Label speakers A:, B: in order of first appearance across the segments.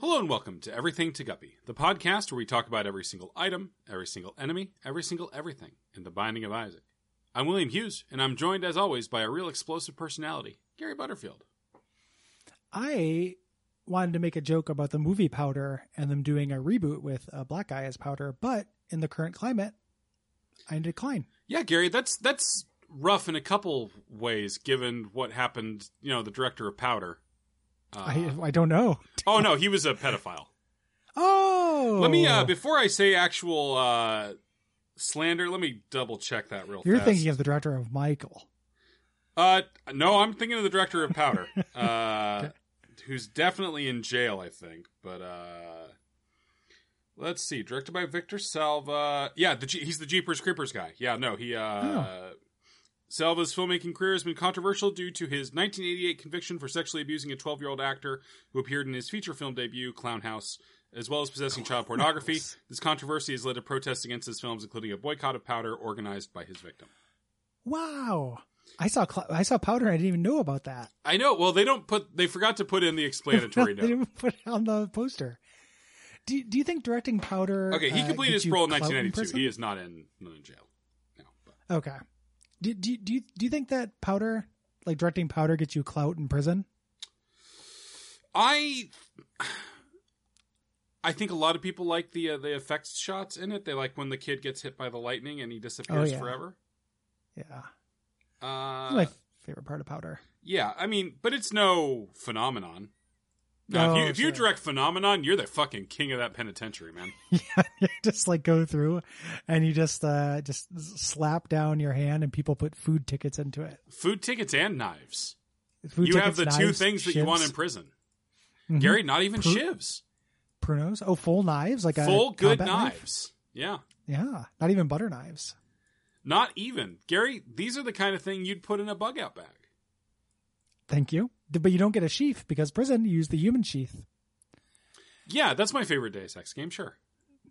A: Hello and welcome to Everything to Guppy, the podcast where we talk about every single item, every single enemy, every single everything in the Binding of Isaac. I'm William Hughes, and I'm joined as always by a real explosive personality, Gary Butterfield.
B: I wanted to make a joke about the movie Powder and them doing a reboot with a black guy as Powder, but in the current climate, I decline.
A: Yeah, Gary, that's that's rough in a couple ways, given what happened. You know, the director of Powder. Uh,
B: I I don't know.
A: oh no, he was a pedophile.
B: Oh,
A: Let me uh, before I say actual uh, slander. Let me double check that real.
B: You're
A: fast.
B: thinking of the director of Michael.
A: Uh, no, I'm thinking of the director of Powder, uh, who's definitely in jail, I think. But uh, let's see, directed by Victor Salva. Yeah, the G- he's the Jeepers Creepers guy. Yeah, no, he. Uh, Salva's filmmaking career has been controversial due to his 1988 conviction for sexually abusing a 12 year old actor who appeared in his feature film debut, Clown House, as well as possessing child pornography. This controversy has led to protests against his films, including a boycott of Powder organized by his victim.
B: Wow, I saw Cl- I saw Powder. and I didn't even know about that.
A: I know. Well, they don't put. They forgot to put in the explanatory
B: they
A: note.
B: didn't put it on the poster. Do, do you think directing Powder?
A: Okay, he
B: uh,
A: completed
B: gets
A: his
B: you
A: parole in
B: clout
A: 1992.
B: prison?
A: He is not in not in jail. No. But
B: Okay. Do, do, do, you, do you think that powder, like directing powder, gets you clout in prison?
A: I, I think a lot of people like the uh, the effects shots in it. They like when the kid gets hit by the lightning and he disappears
B: Oh, yeah.
A: forever.
B: Yeah. That's
A: Uh,
B: my favorite part of powder.
A: yeah, I mean, but it's no phenomenon. Now, if
B: No,
A: you, if you
B: Oh, sure.
A: direct phenomenon, you're the fucking king of that penitentiary, man.
B: Yeah. You just like go through and you just, uh, just slap down your hand and people put food tickets into it.
A: Food tickets and knives.
B: Food
A: you have the
B: tickets,
A: two
B: knives,
A: things that you want
B: shivs,
A: in prison.
B: Mhm.
A: Gary, not even
B: Pro-
A: shivs.
B: Prunos. Oh, full knives? Like a
A: Full good
B: combat knife?
A: knives. Yeah.
B: Yeah. Not even butter knives.
A: Not even. Gary, these are the kind of thing you'd put in a bug out bag.
B: Thank you. But you don't get a sheath because prison, you use the human sheath.
A: Yeah, that's my favorite Deus Ex game, sure.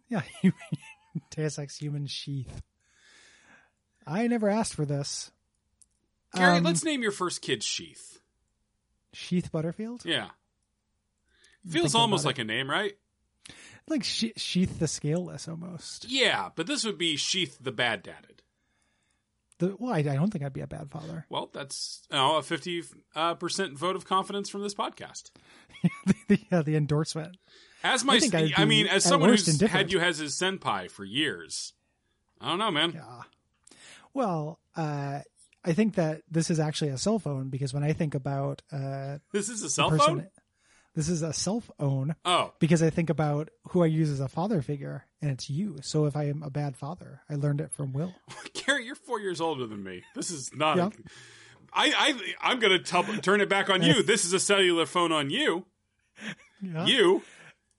B: Yeah, human, Deus Ex Human Sheath. I never asked for this.
A: Gary,
B: Um,
A: let's name your first kid Sheath.
B: Sheath Butterfield.
A: Yeah.
B: Thinking
A: Feels
B: about
A: almost
B: it.
A: like a name, right?
B: like she- Sheath the Scaleless almost.
A: Yeah, but this would be Sheath the Bad Dadded.
B: The, well, I, I don't think I'd be a bad father.
A: Well, that's oh, a 50% uh, percent vote of confidence from this podcast.
B: the, the, uh, the endorsement.
A: As my,
B: I think I'd
A: I
B: be
A: mean, as
B: at
A: someone
B: worst
A: who's had
B: indifferent.
A: you as his senpai for years, I don't know, man.
B: Yeah. Well, uh, I think that this is actually a cell phone because when I think about uh,
A: This is a cell
B: person,
A: phone?
B: this is a cell phone
A: Oh,
B: because I think about who I use as a father figure, and it's you. So if I am a bad father, I learned it from Will.
A: Gary, you're four years older than me. This is not.
B: Yeah.
A: A, I, I, I'm going to tub- turn it back on you. This is a cellular phone on you.
B: Yeah.
A: You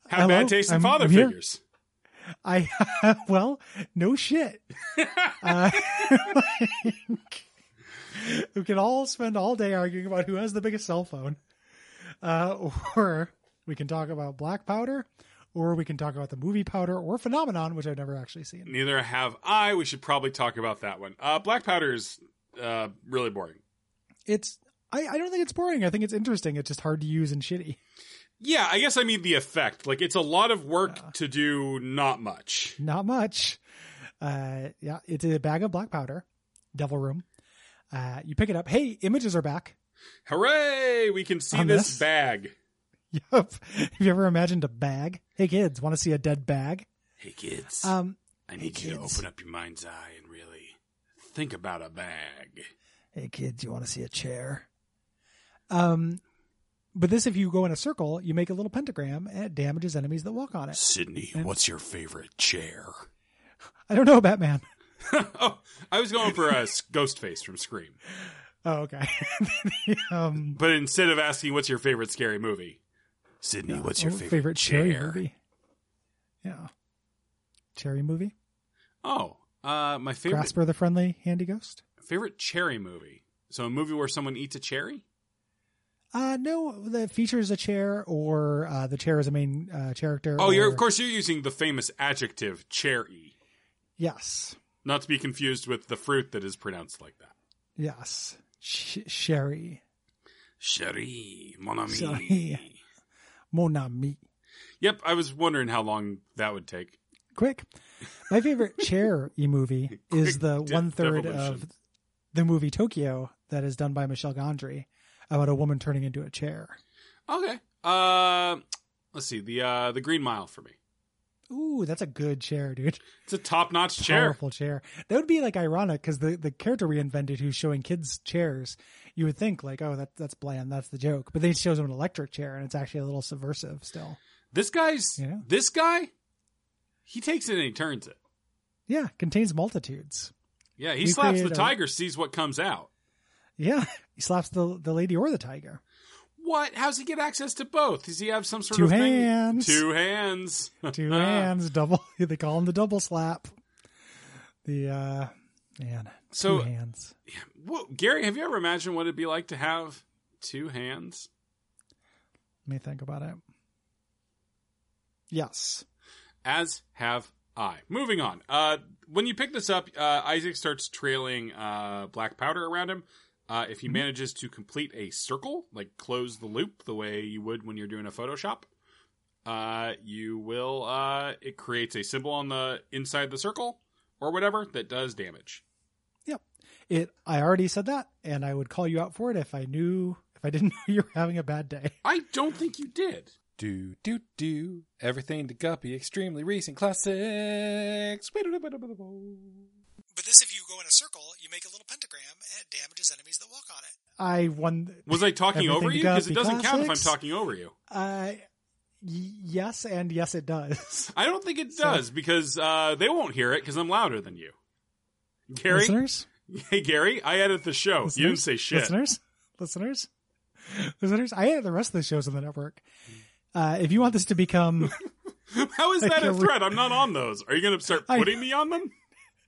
A: have
B: Hello?
A: bad taste in
B: I'm-
A: father
B: I'm here.
A: figures.
B: I well, no shit. uh, like, we can all spend all day arguing about who has the biggest cell phone, uh, or we can talk about black powder, or we can talk about the movie powder or phenomenon, which I've never actually seen.
A: Neither have I. We should probably talk about that one. Uh, black powder is uh, really boring.
B: It's I, I don't think it's boring. I think it's interesting. It's just hard to use and shitty.
A: Yeah, I guess I mean the effect. Like it's a lot of work to do, not much.
B: Not much. Uh, yeah, it's a bag of black powder, Devil Room. Uh, you pick it up. Hey, images are back.
A: Hooray! We can see
B: On
A: this,
B: this?
A: bag.
B: Yep. Have you ever imagined a bag? Hey kids, want to see a dead bag?
A: Hey kids,
B: Um,
A: I
B: need hey, you to kids. open
A: up your mind's eye and really think about a bag.
B: hey kids, you want to see a chair? Um, but this, if you go in a circle, you make a little pentagram and it damages enemies that walk on it.
A: Sydney, what's your favorite chair?
B: I don't know, Batman.
A: oh, I was going for a s- ghost face from Scream.
B: Oh, okay. um,
A: But instead of asking what's your favorite scary movie, Sydney, what's
B: oh, cherry movie? Yeah, cherry movie.
A: Oh, uh, my favorite
B: Grasper the friendly handy ghost.
A: favorite cherry movie. So a movie where someone eats a cherry?
B: Uh, no, the features a chair or uh, the chair is a main uh, character.
A: Oh, you're of
B: or-
A: course you're using the famous adjective cherry,
B: Yes.
A: not to be confused with the fruit that is pronounced like that.
B: Yes. Sh- Sherry.
A: Cherry, mon ami.
B: Sorry. Mon ami.
A: Yep, I was wondering how long that would take.
B: Quick. My favorite chair e movie is
A: Quick
B: the
A: de-
B: one third of
A: devolution.
B: the movie Tokyo that is done by Michelle Gondry about a woman turning into a chair.
A: Okay. Uh, let's see the uh the Green Mile for me.
B: Ooh, that's a good chair, dude.
A: It's a top notch chair.
B: Powerful chair. That would be like ironic because the, the character we invented who's showing kids chairs, you would think like, oh, that that's bland, that's the joke. But then he shows them an electric chair and it's actually a little subversive still.
A: This guy's
B: Yeah.
A: this guy. He takes it and he turns it.
B: Yeah, contains multitudes.
A: Yeah, he
B: We
A: slaps the
B: create a-
A: tiger, sees what comes out.
B: Yeah, he slaps the the lady or the tiger.
A: What? How's he get access to both? Does he have some sort
B: Two
A: of
B: hands.
A: thing? Two hands. Uh,
B: Two
C: Ah.
B: hands, double. They call him the double slap. The uh man,
A: So-
B: two hands.
A: Whoa, Gary, have you ever imagined what it'd be like to have two hands?
B: Let me think about it. Yes.
A: As have I. Moving on. Uh, when you pick this up, uh, Isaac starts trailing uh, black powder around him. Uh,
D: Mm-hmm.
A: if he manages to complete a circle, like close the loop the way you would when you're doing a Photoshop, uh, you will. Uh, it creates a symbol on the inside the circle or whatever that does damage.
B: It I already said that and I would call you out for it if I knew if I didn't know you were having a bad day.
A: I don't think you did.
D: Do do do everything to Guppy extremely recent classics.
C: But this, if you go in a circle, you make a little pentagram and it damages enemies that walk on it.
B: I won
A: Was I talking
B: Everything
A: over
B: to
A: you? Because it
B: Guppy
A: doesn't count if I'm
B: Classics?
A: talking over you.
B: I y- yes and yes it does.
A: I don't think it
B: So-
A: does because uh, they won't hear it because I'm louder than you. Gary,
B: Listeners?
A: hey Gary, I edit the show. you didn't
B: Listeners?
A: say shit.
B: Listeners, listeners, listeners. I edit the rest of the shows on the network. Uh, if you want this to become,
A: How is that a
B: Gary-
A: threat? I'm not on those. Are you going to start
B: I-
A: putting me on them?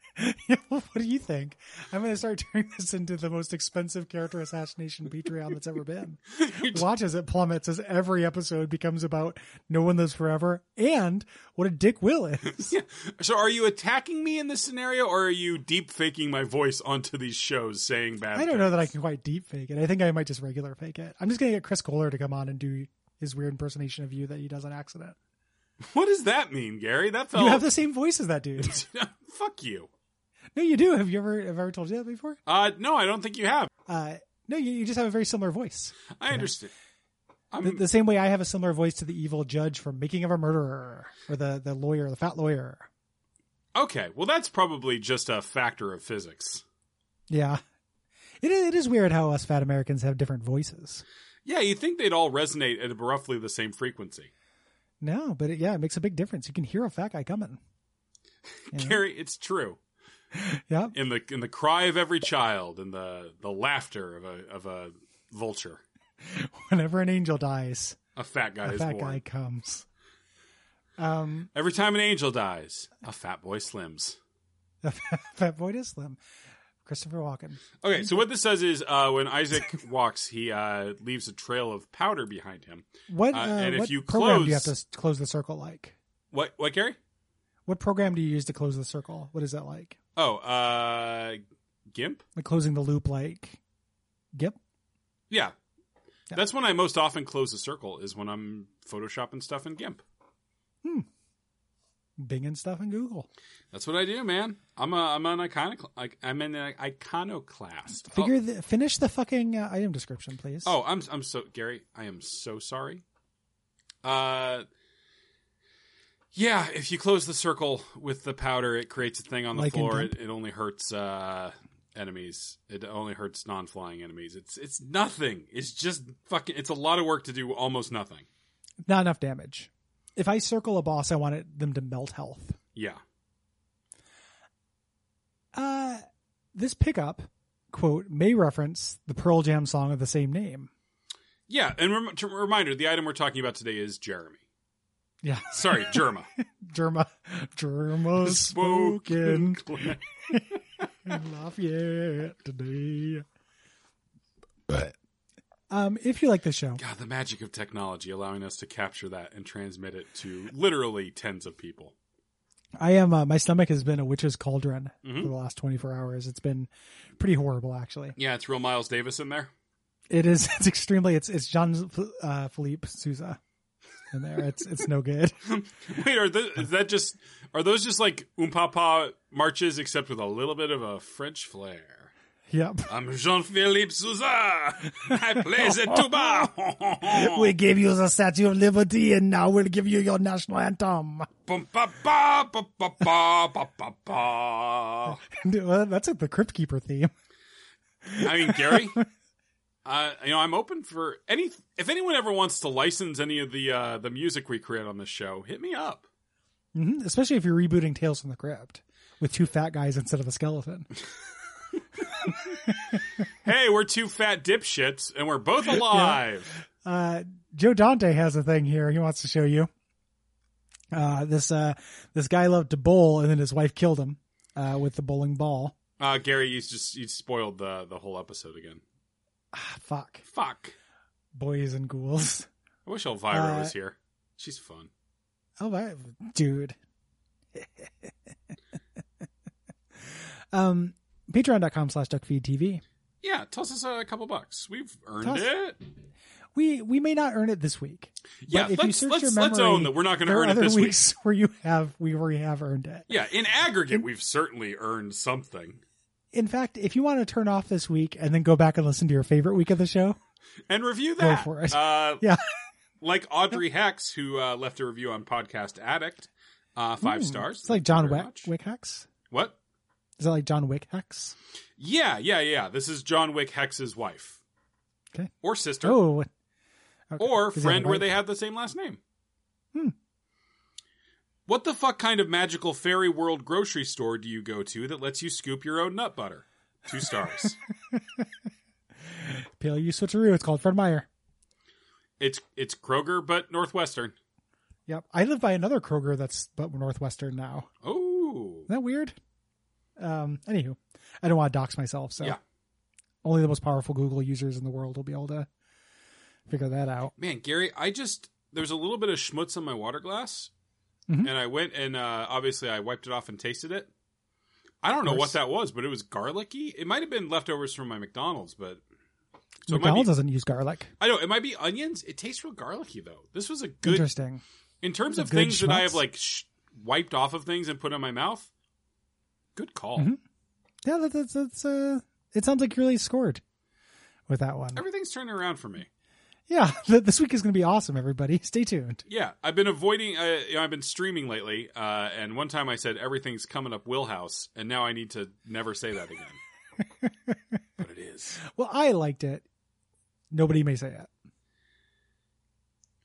B: what do you think? I'm going to start turning this into the most expensive character assassination Patreon that's ever been.
A: You just-
B: Watch as it plummets as every episode becomes about no one lives forever and what a dick Will is.
A: So, are you attacking me in this scenario, or are you deep faking my voice onto these shows saying bad?
B: I don't know that I
A: things?
B: can quite deep fake it. I think I might just regular fake it. I'm just going to get Chris Kohler to come on and do his weird impersonation of you that he does on accident.
A: What does that mean, Gary? That
B: You
A: felt.
B: have the same voice as that dude.
A: Fuck you.
B: No, you do. Have you ever have I ever told you that before?
A: Uh, no, I don't think you have.
B: Uh, no, you, you just have a very similar voice.
A: I understand. I'm,
B: The, the same way I have a similar voice to the evil judge from Making of a Murderer, or the the lawyer, the fat lawyer.
A: okay, well, that's probably just a factor of physics.
B: Yeah, it is, it is weird how us fat Americans have different voices.
A: Yeah, you think they'd all resonate at roughly the same frequency.
B: No, but it, yeah, it makes a big difference. You can hear a fat guy coming. Yeah.
A: Gary, it's true.
B: Yeah,
A: In the in the cry of every child, and the the laughter of a of a vulture,
B: whenever an angel dies,
A: a fat guy
B: a
A: is
B: fat
A: born.
B: guy comes. Um,
A: Every time an angel dies, a fat boy slims.
B: a fat, fat boy is slim. Christopher Walken.
A: Okay, so what this says is uh, when Isaac walks, he uh, leaves a trail of powder behind him.
B: What
A: Uh,
B: uh,
A: and if
B: what
A: you
B: program do you have
A: close-
B: to s- close the circle like?
A: What what Gary?
B: What program do you use to close the circle? What is that like?
A: Oh, uh, Gimp.
B: Like closing the loop, like, yep.
A: Yeah.
B: Yeah.
A: That's when I most often close a circle is when I'm photoshopping stuff in GIMP.
B: Bing and stuff in Google.
A: That's what I do, man. I'm a I'm an iconocl- I- I'm an iconoclast.
B: Figure the finish the fucking uh, item description, please.
A: Oh, oh, I'm I'm so Gary. I am so sorry. Uh, yeah. If you close the circle with the powder, it creates a thing on the
B: Like in
A: floor.
B: Gump?
A: It, it only hurts uh, enemies. It only hurts non-flying enemies. It's it's nothing. It's just fucking. It's a lot of work to do almost nothing.
B: not enough damage. If I circle a boss, I want it, them to melt health.
A: Yeah.
B: Uh, this pickup quote may reference the Pearl Jam song of the same name.
A: Yeah. And rem- to- reminder: the item we're talking about today is Jeremy.
B: Yeah,
A: Sorry, Jerma.
B: Germa, Germa spoken
A: Spoken.
B: in Lafayette today. Um, if you like the show,
A: God, the magic of technology allowing us to capture that and transmit it to literally tens of people.
B: I am. Uh, my stomach has been a witch's cauldron
A: Mhm.
B: for the last twenty four hours. It's been pretty horrible, actually.
A: Yeah, it's real Miles Davis in there.
B: It is. It's extremely. It's it's John uh, Philippe Sousa. in there. It's it's no good.
A: Wait, are the, is that just are those just like Umpapa marches except with a little bit of a French flair?
B: Yep.
A: I'm Jean-Philippe Souza. I play the tuba.
B: We gave you the Statue of Liberty, and now we'll give you your national anthem.
A: Bum, ba, ba, ba, ba, ba, ba, ba, ba.
B: Well, That's like the Crypt Keeper theme.
A: I mean, Gary, uh, you know, I'm open for any. If anyone ever wants to license any of the uh, the music we create on this show, hit me up.
B: hmm Especially if you're rebooting Tales from the Crypt with two fat guys instead of a skeleton.
A: Hey, we're two fat dipshits, and we're both alive.
B: Uh, Joe Dante has a thing here. He wants to show you. Uh, this uh, this guy loved to bowl, and then his wife killed him uh, with the bowling ball.
A: Uh, Gary, you just you spoiled the the whole episode again.
B: Ah, fuck,
A: Fuck.
B: boys and ghouls.
A: I wish Elvira
B: Uh,
A: was here. She's fun.
B: Oh, my, dude. um, patreon.com slash duckfeedtv.
A: Yeah, toss us a couple bucks. We've earned
B: Toss-
A: it.
B: We we may not earn it this week.
A: Yeah,
B: if you
A: let's
B: search
A: let's,
B: your
A: let's
B: memory,
A: own that we're not going to
B: there are
A: earn it
B: other
A: this week.
B: weeks where you have we where you have earned it.
A: Yeah, in aggregate, we've certainly earned something.
B: In fact, if you want to turn off this week and then go back and listen to your favorite week of the show,
A: And review that.
B: for it.
A: Uh,
B: Yeah.
A: like Audrey Hex, who uh, left a review on Podcast Addict, uh, five
B: Ooh,
A: stars.
B: hmm, It's like
A: Thank you
B: John
A: very
B: Wick,
A: much.
B: Wick hacks.
A: What?
B: Is that like John Wick hacks?
A: Yeah, yeah, yeah. This is John Wick Hex's wife.
B: Okay.
A: Or sister.
B: Oh, what- okay.
A: or
B: Does he have a
A: friend where
B: wife?
A: they have the same last name.
B: Hmm.
A: What the fuck kind of magical fairy world grocery store do you go to that lets you scoop your own nut butter? Two stars.
B: Pale you switcheroo. It's called Fred Meyer.
A: it's it's Kroger but Northwestern.
B: Yep. I live by another Kroger that's but Northwestern now.
A: Oh.
B: Isn't that weird? Um, anywho, I don't want to dox myself, so
A: Yeah.
B: only the most powerful Google users in the world will be able to figure that out.
A: Man, Gary, I just there's a little bit of schmutz on my water glass,
B: Mhm.
A: and I went and uh, obviously I wiped it off and tasted it. I don't know what
B: course.
A: that was, but it was garlicky. It might have been leftovers from my McDonald's, but so it might
B: McDonald's
A: be-
B: doesn't use garlic.
A: I know it might be onions. It tastes real garlicky though. This was a good
B: Interesting.
A: in terms
B: a
A: of
B: good
A: things that I have
B: schmutz.
A: like sh- wiped off of things and put in my mouth. Good call.
B: Mhm. Yeah, that, that's that's uh, it sounds like you really scored with that one.
A: Everything's turning around for me.
B: Yeah, th- this week is going to be awesome. Everybody, stay tuned.
A: Yeah, I've been avoiding. Uh, you know, I've been streaming lately, uh, and one time I said everything's coming up Willhouse, and now I need to never say that again. but it is
B: Well, I liked it. Nobody may say it.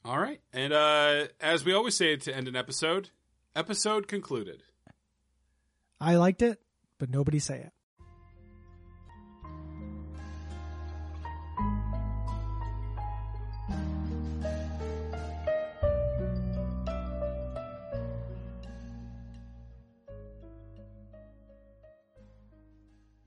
A: all right. And uh, as we always say to end an episode, episode concluded.
B: I liked it, but nobody say it.